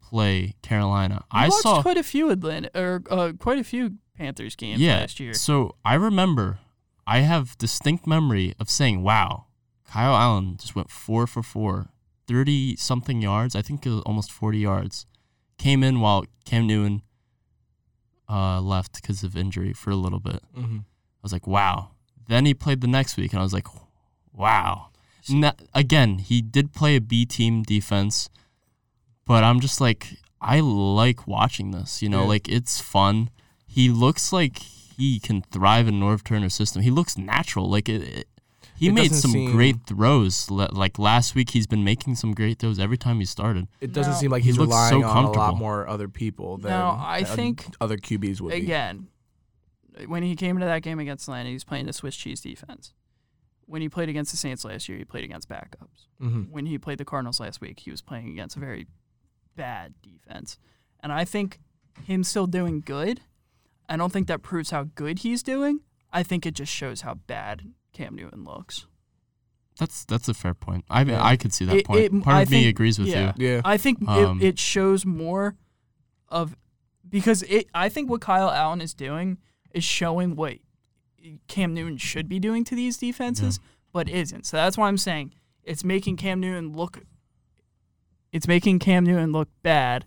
play Carolina.
We
I
watched
saw
quite a few Atlanta or uh, quite a few Panthers games
yeah.
last year.
So I remember, I have distinct memory of saying, "Wow, Kyle Allen just went four for four, thirty something yards. I think it was almost forty yards. Came in while Cam Newton." Uh, left because of injury for a little bit.
mm-hmm.
I was like, wow. Then he played the next week, and I was like, wow. Na- again, he did play a B team defense, but I'm just like, I like watching this. You know,
Yeah.
like it's fun. He looks like he can thrive in Norv Turner's system. He looks natural. Like it. it- he
It
made
doesn't
some great
seem-
throws. Le- Like last week, he's been making some great throws every time he started.
It doesn't
No.
seem like
He
he's
looks so
relying on a lot
comfortable.
more other people than
No, I
than
think-
other QBs would be.
Again, when he came into that game against Atlanta, he was playing the Swiss cheese defense, when he played against the Saints last year, he played against backups.
Mm-hmm.
When he played the Cardinals last week, he was playing against a very bad defense. And I think him still doing good, I don't think that proves how good he's doing. I think it just shows how bad Cam Newton looks.
That's that's a fair point. I mean,
Yeah.
I could see that
It-
point.
it-
Part
I
of me
think-
agrees with
yeah.
you.
Yeah.
I think
Um,
it, it shows more of because it. I think what Kyle Allen is doing is showing what Cam Newton should be doing to these defenses, but isn't. So that's why I'm saying it's making Cam Newton look. It's making Cam Newton look bad,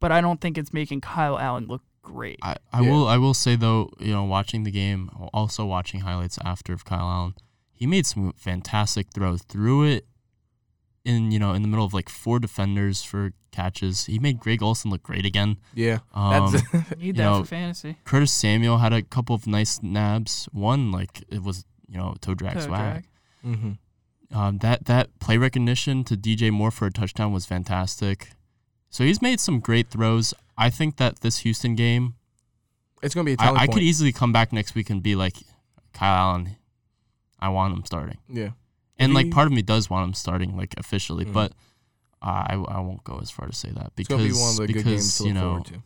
but I don't think it's making Kyle Allen look great.
I, I
Yeah.
will I will say though, you know, watching the game, also watching highlights after of Kyle Allen, he made some fantastic throws. Threw it in you know in the middle of like four defenders for catches. He made Greg Olson look great again.
Yeah.
Um,
Need
you
that
know,
for fantasy.
Curtis Samuel had a couple of nice nabs. One like it was you know toe drag
Toe
swag.
drag.
mm-hmm.
Um, that that play recognition to DJ Moore for a touchdown was fantastic. So he's made some great throws. I think that this Houston game,
It's gonna be a
I,
telling
I
point.
could easily come back next week and be like, Kyle Allen, I want him starting.
yeah.
And like
Maybe-
part of me does want him starting like officially,
Mm-hmm. Mm.
but I I won't go as far to say that
It's
because
gonna be one of the
because
good games to look
you know
forward to.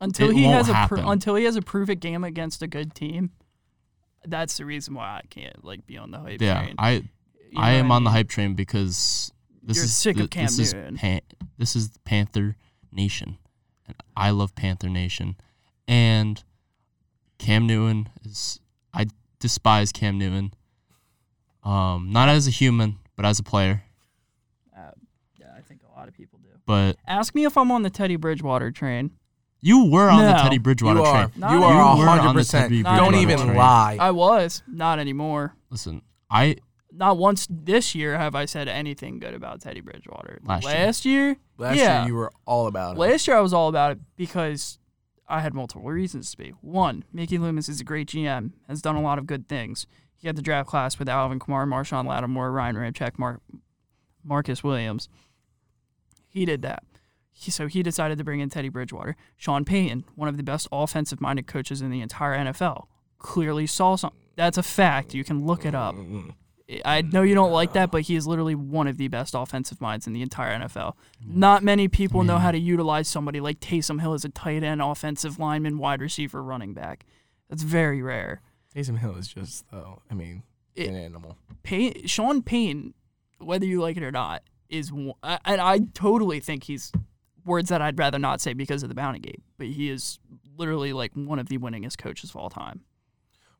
until
it
he
won't
has a pr-
happen.
until he has a prove it game against a good team. That's the reason why I can't like be on the hype
yeah
train.
I
You
I
know
am
what
on the
mean?
hype train because this
You're
is
sick of
th-
Cam
this is
Newton.
Pan- this is Panther Nation, and I love Panther Nation, and Cam Newton is I despise Cam Newton, um, not as a human but as a player.
Yeah, I think a lot of people do.
But
Ask me if I'm on the Teddy Bridgewater train.
you were on the
No.
Teddy Bridgewater
you
train.
are.
Not Uh,
you
anymore.
are
You were on the
hundred percent.
Teddy
Not
Don't
anymore.
even
train.
lie.
I was not anymore.
Listen, I
Not once this year have I said anything good about Teddy Bridgewater.
Last year.
year,
Last
yeah.
year you were all about it.
last year I was all about it because I had multiple reasons to be. One, Mickey Loomis is a great GM, has done a lot of good things. He had the draft class with Alvin Kamara, Marshawn Lattimore, Ryan Ramchak, Mar- Marcus Williams. He did that. He, so he decided to bring in Teddy Bridgewater. Sean Payton, one of the best offensive minded coaches in the entire NFL, clearly saw something. That's a fact. You can look it up. I know you don't like that, but he is literally one of the best offensive minds in the entire NFL. Not many people know how to utilize somebody like Taysom Hill as a tight end, offensive lineman, wide receiver, running back. That's very rare.
Taysom Hill is just though. I mean,
It-
an animal.
Pay- Sean Payne, whether you like it or not, is one, I- and I totally think he's words that I'd rather not say because of the bounty gate, but he is literally like one of the winningest coaches of all time.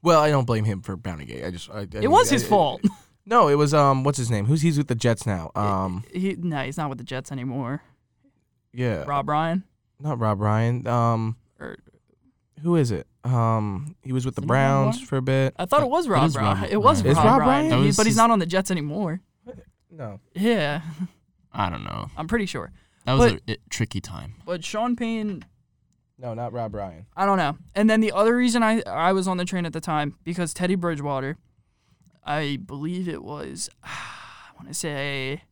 Well, I don't blame him for Bounty Gate. I just I, I
It
mean,
was
I-
his
I-
fault.
no, it was um what's his name? Who's he's with the Jets now? Um
he, no, he's not with the Jets anymore.
yeah.
Rob Ryan.
Not Rob Ryan. Um
Or-
who is it? Um he was with
Er,
the
Isn't it Rob
Browns
Ryan?
for a bit.
I thought it was
It
Rob
is
Ryan.
Rob
It was
Ryan.
It's
Rob,
Rob
Ryan,
Ryan?
he-
That was
but he's
his-
not on the Jets anymore.
No.
Yeah,
I don't know.
I'm pretty sure.
That was
But-
a it, tricky time.
But Sean Payne,
No, not Rob Ryan.
I don't know. And then the other reason I I was on the train at the time because Teddy Bridgewater, I believe it was, I want to say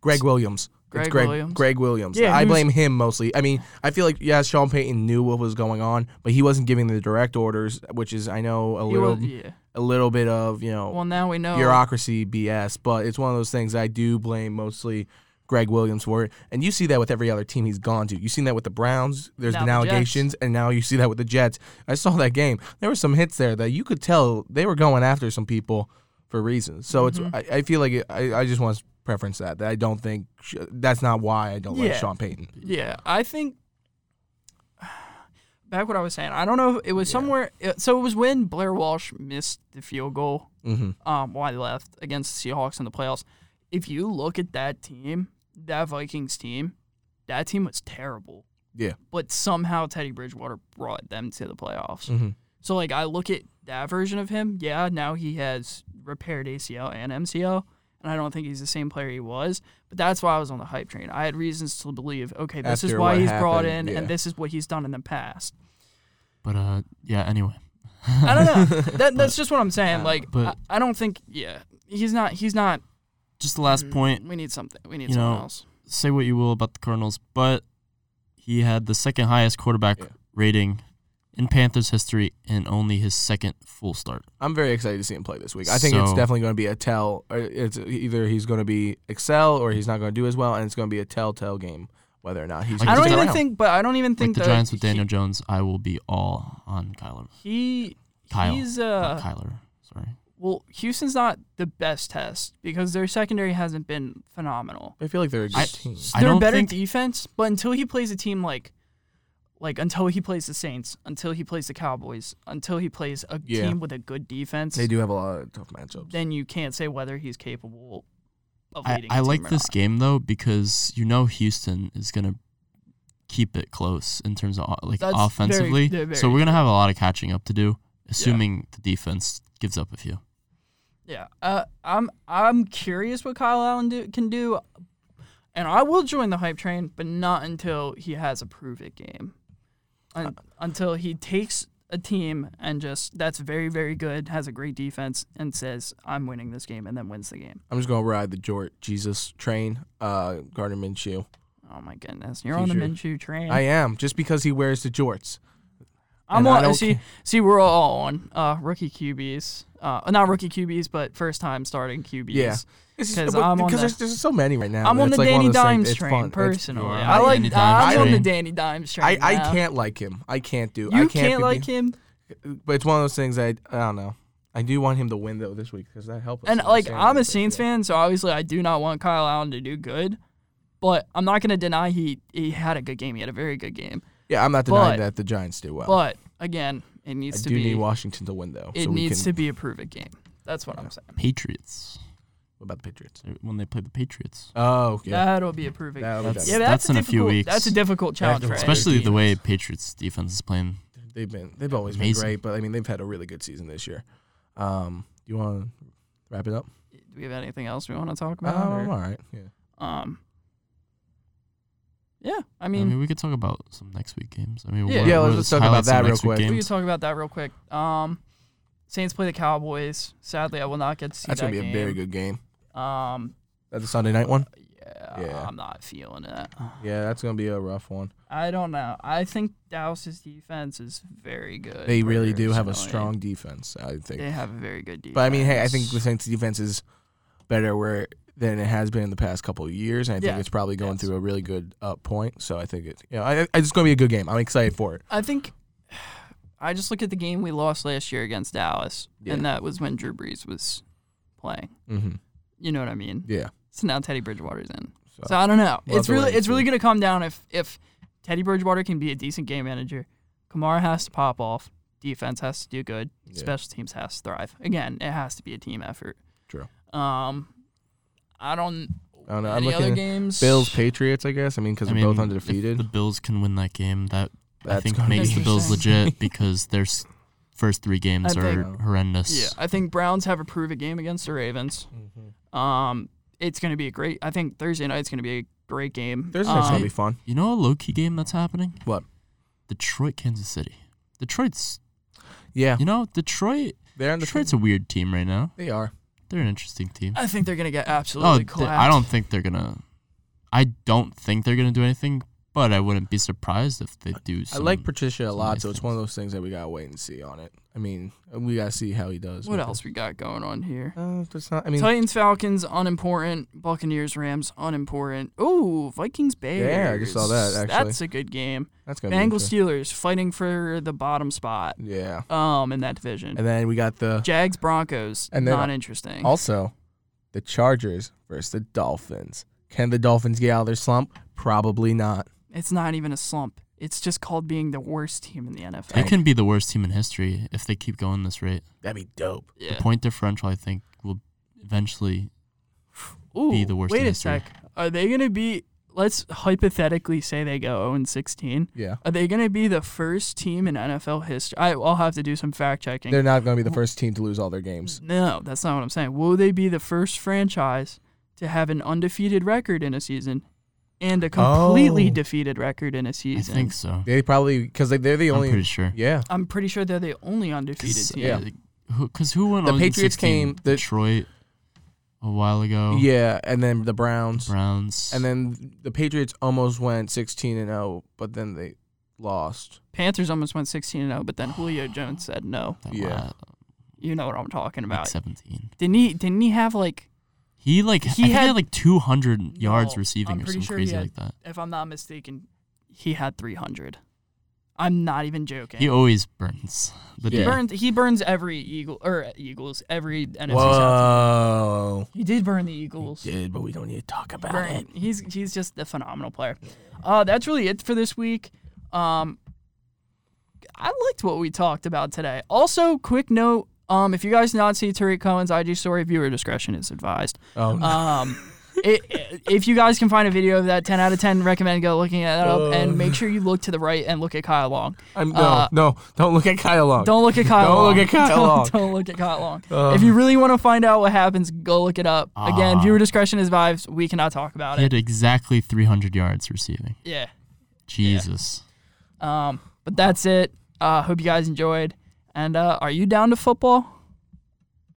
Greg Williams.
Greg
it's Greg,
Williams.
Greg Williams.
Yeah,
I
who's-
blame him mostly. I mean, I feel like yeah, Sean Payton knew what was going on, but he wasn't giving the direct orders, which is I know a
he
little
was- yeah.
a little bit of you know
Well, now we know.
bureaucracy BS, but it's one of those things I do blame mostly Greg Williams for it. And you see that with every other team he's gone to. You've seen that with the Browns. There's
Now
been
the Jets.
allegations, and now you see that with the Jets. I saw that game. There were some hits there that you could tell they were going after some people for reasons. So
Mm-hmm.
it's I, I feel like it, I, I just want to preference that. That I don't think sh- that's not why I don't like
Yeah.
Sean Payton.
Yeah, I think back what I was saying. I don't know if it was somewhere. It, so it was when Blair Walsh missed the field goal
Mhm.
um, why left against the Seahawks in the playoffs. If you look at that team, that Vikings team, that team was terrible.
Yeah.
But somehow Teddy Bridgewater brought them to the playoffs.
Mhm.
So like I look at that version of him, yeah, now he has repaired ACL and MCL, and I don't think he's the same player he was. But that's why I was on the hype train. I had reasons to believe, okay, this is
After
why
what
he's brought in
happened, yeah.
and this is what he's done in the past.
But uh, yeah. Anyway,
I don't know. That, that's just what I'm
Uh,
saying. Like
but-
I, I don't think yeah. He's not he's not mm,
just the
Mm-hmm.
last point.
We need something. We need
You
someone
know,
else.
say what you will about the Cardinals, but he had the second highest quarterback
Yeah.
rating in Panthers history and only his second full start.
I'm very excited to see him play this week. I think it's
So-
definitely going to be a tell. Or it's either he's going to be excel or he's not going to do as well, and it's going to be a telltale game whether or not he's.
Like
I
gonna
don't
the
stick
even
Giants.
around.
think, but I don't even
Like
think
the
that
Giants with Daniel Jones, I will be all on Kyler.
He,
Kyle.
he's
not
uh,
Kyler. Sorry.
well, Houston's not the best test because their secondary hasn't been phenomenal.
I feel like they're a good team.
I
They're
don't
better
think-
defense, but until he plays a team like, like until he plays the Saints, until he plays the Cowboys, until he plays a
Yeah.
team with a good defense,
They do have a lot of tough matchups.
then you can't say whether he's capable of
I,
leading. a
I
team
like
or
this
not.
game though because you know Houston is gonna keep it close in terms of uh, like
That's very-
offensively.
they're very
so we're gonna have a lot of catching up to do, assuming the defense gives up a few.
Yeah, uh, I'm I'm curious what Kyle Allen do, can do, and I will join the hype train, but not until he has a prove it game,
Uh,
Un- until he takes a team and just that's very very good, has a great defense, and says I'm winning this game, and then wins the game.
I'm just going to ride the Jort Jesus train, uh, Gardner Minshew.
Oh my goodness, you're on the
Future.
Minshew train.
I am just because he wears the jorts.
I'm
and I
on.
don't
See,
ca-
see, we're all on uh, rookie QBs, uh, not rookie QBs, but first time starting QBs.
Yeah, It's just-
'Cause
but-
I'm on
because
the-
there's, there's so many right now.
I'm
that
on
it's
the
like one
Danny
of those things,
Dimes
it's
train
fun. It's-
personally.
You are
I
on the
like.
Danny Dimes
I'm on the
train.
Danny Dimes train.
I, I
now.
can't like him. I can't do. I
You
can't,
can't,
be-
like him,
But it's one of those things. I I don't know. I do want him to win though this week because that helps. us
and
in the
like
standings,
I'm
I
a Saints
feel.
fan, so obviously I do not want Kyle Allen to do good. But I'm not gonna deny he he had a good game. He had a very good game.
Yeah, I'm not denying
But-
that the Giants do well.
But again, it
I
needs to
do
be
need Washington to win though.
it
so we
needs
can,
to be a prove it game. That's what I'm saying.
Patriots
What about the Patriots?
uh, when they play the Patriots,
Oh, yeah.
That'll be a prove it.
That'll
game.
be
That's-
Yeah,
better.
that's,
that's in
a
a few
difficult-
weeks.
That's a difficult challenge
That's
for
right.
especially the
Defense.
way Patriots defense is playing.
they've been they've always
Amazing.
been great, but I mean they've had a really good season this year. Um, do you want to wrap it up?
Do we have anything else we want to talk about?
Um,
or-
all right. Yeah.
um. Yeah, I
I mean,
Mm-hmm.
mean,
we could talk about some next week games. I mean,
Yeah.
what-
Yeah,
what
let's
are
just
the
talk about
highlights of
that
next
real
week
quick.
we
games?
can talk about that real quick. Um, Saints play the Cowboys. Sadly, I will not get to see
That's
that
gonna be
game.
a very good game.
Um,
That's a Sunday night one.
yeah,
Yeah.
I'm not feeling it.
Yeah, that's gonna be a rough one.
I don't know. I think Dallas's defense is very good.
They really do have a
personally.
strong defense. I think.
They have a very good defense.
But I mean, hey, I think the Saints' defense is better where than it has been in the past couple of years, and I think
Yeah.
it's probably going
Yes.
through a really good up point. So I think it, yeah, I, I- it's going to be a good game. I'm excited for it.
I think I just look at the game we lost last year against Dallas,
Yeah.
and that was when Drew Brees was playing.
Mm-hmm.
You know what I mean?
Yeah,
So now Teddy Bridgewater's in.
So-
So, I don't know.
We'll
it's
have to wait
really
and
it's really
see.
gonna come down if if Teddy Bridgewater can be a decent game manager, Kamara has to pop off, defense has to do good, special teams has to thrive. Again, it has to be a team effort.
True.
Um, I don't.
I don't know. I'm
Any
looking
other
at
games?
Bills, Patriots. I guess. I mean, because
I
they're
mean,
both
if
undefeated.
The Bills can win that game. That I
That's
think
gonna
makes
be
the Bills
interesting.
legit because their s- first three games
I
are
think-
horrendous.
Yeah, I think Browns have a prove it game against the Ravens.
Mm-hmm.
Um, it's gonna be a great. I think Thursday night's gonna be a great game.
Thursday night's
um,
gonna be fun.
You know a low key game that's happening?
What?
Detroit, Kansas City. Detroit's
Yeah,
you know, Detroit
they're undefeated.
Detroit's a weird team right now.
They are.
They're an interesting team.
I think they're gonna get
Oh,
absolutely
th-
clapped.
I don't think they're gonna I don't think they're gonna do anything, but I wouldn't be surprised if they do
I
some,
like Patricia a lot,
nice
so it's one of those things that we gotta wait and see on it. I mean, we gotta see how he does.
What else we got going on here?
Uh, that's not. I mean,
Titans, Falcons, unimportant. Buccaneers, Rams, unimportant. Ooh, Vikings, Bears.
Yeah, I just saw that, actually.
That's a good game.
that's gonna be
Bengals, Steelers, fighting for the bottom spot.
interesting. Yeah,
Um, in that division.
and then we got the
Jags, Broncos,
And then-
not interesting.
Also, the Chargers versus the Dolphins. Can the Dolphins get out of their slump? Probably not.
it's not even a slump. It's just called being the worst team in the
they
NFL.
can be the worst team in history if they keep going this rate.
That'd be dope.
Yeah.
The point differential I think will eventually
Ooh,
be the worst
wait
in
a
history.
sec. Are they gonna be? Let's hypothetically say they go 0 16.
Yeah.
Are they gonna be the first team in NFL history? I, I'll have to do some fact checking.
They're not going to be the first team to lose all their games.
No, that's not what I'm saying. Will they be the first franchise to have an undefeated record in a season and a completely
Oh.
defeated record in a
I
season?
think so.
They probably because they, they're the
I'm
only.
pretty sure.
Yeah.
I'm pretty sure they're the only undefeated team.
yeah.
Because who won?
The
0 and
Patriots
16?
came- the-
Detroit a while ago.
Yeah, and then the Browns,
Oh. Browns.
and then the Patriots almost went 16 and 0, oh, but then they lost.
Panthers almost went 16 and 0, but then Julio Jones said no.
That
Yeah.
la-
You know what I'm talking
like
about.
seventeen.
Didn't he? Didn't he have like?
He like
He
he, had,
had-
like two hundred yards
No,
receiving
I'm
or
pretty
something
sure he
crazy
had-
like that.
If I'm not mistaken, he had 300. I'm not even joking.
He always burns the
Yeah.
D.
burns. He burns every Eagle or Eagles every NFC South.
Whoa.
He did burn the Eagles.
Did, but we don't need to talk about
Burn. He's he's just a phenomenal player. Uh, that's really it for this week. Um, I liked what we talked about today. Also, quick note: um, if you guys did not see Tariq Cohen's IG story, viewer discretion is advised.
Oh, no.
Um, it, if you guys can find a video of that, ten out of ten recommend go looking at that
Uh.
up and make sure you look to the right and look at Kyle Long.
I'm, no,
uh,
no, don't look at Kyle Long.
Don't look at Kyle.
Don't
Long.
look at Kyle
Don't-
Long. Uh.
Don't look at Kyle Long. if you really want to find out what happens, go look it up. Again,
Ah.
viewer discretion is vibes. We cannot talk about
He
it.
had exactly three hundred yards receiving.
Yeah.
Jesus.
Um, but that's it. Uh, hope you guys enjoyed. And uh, are you down to football?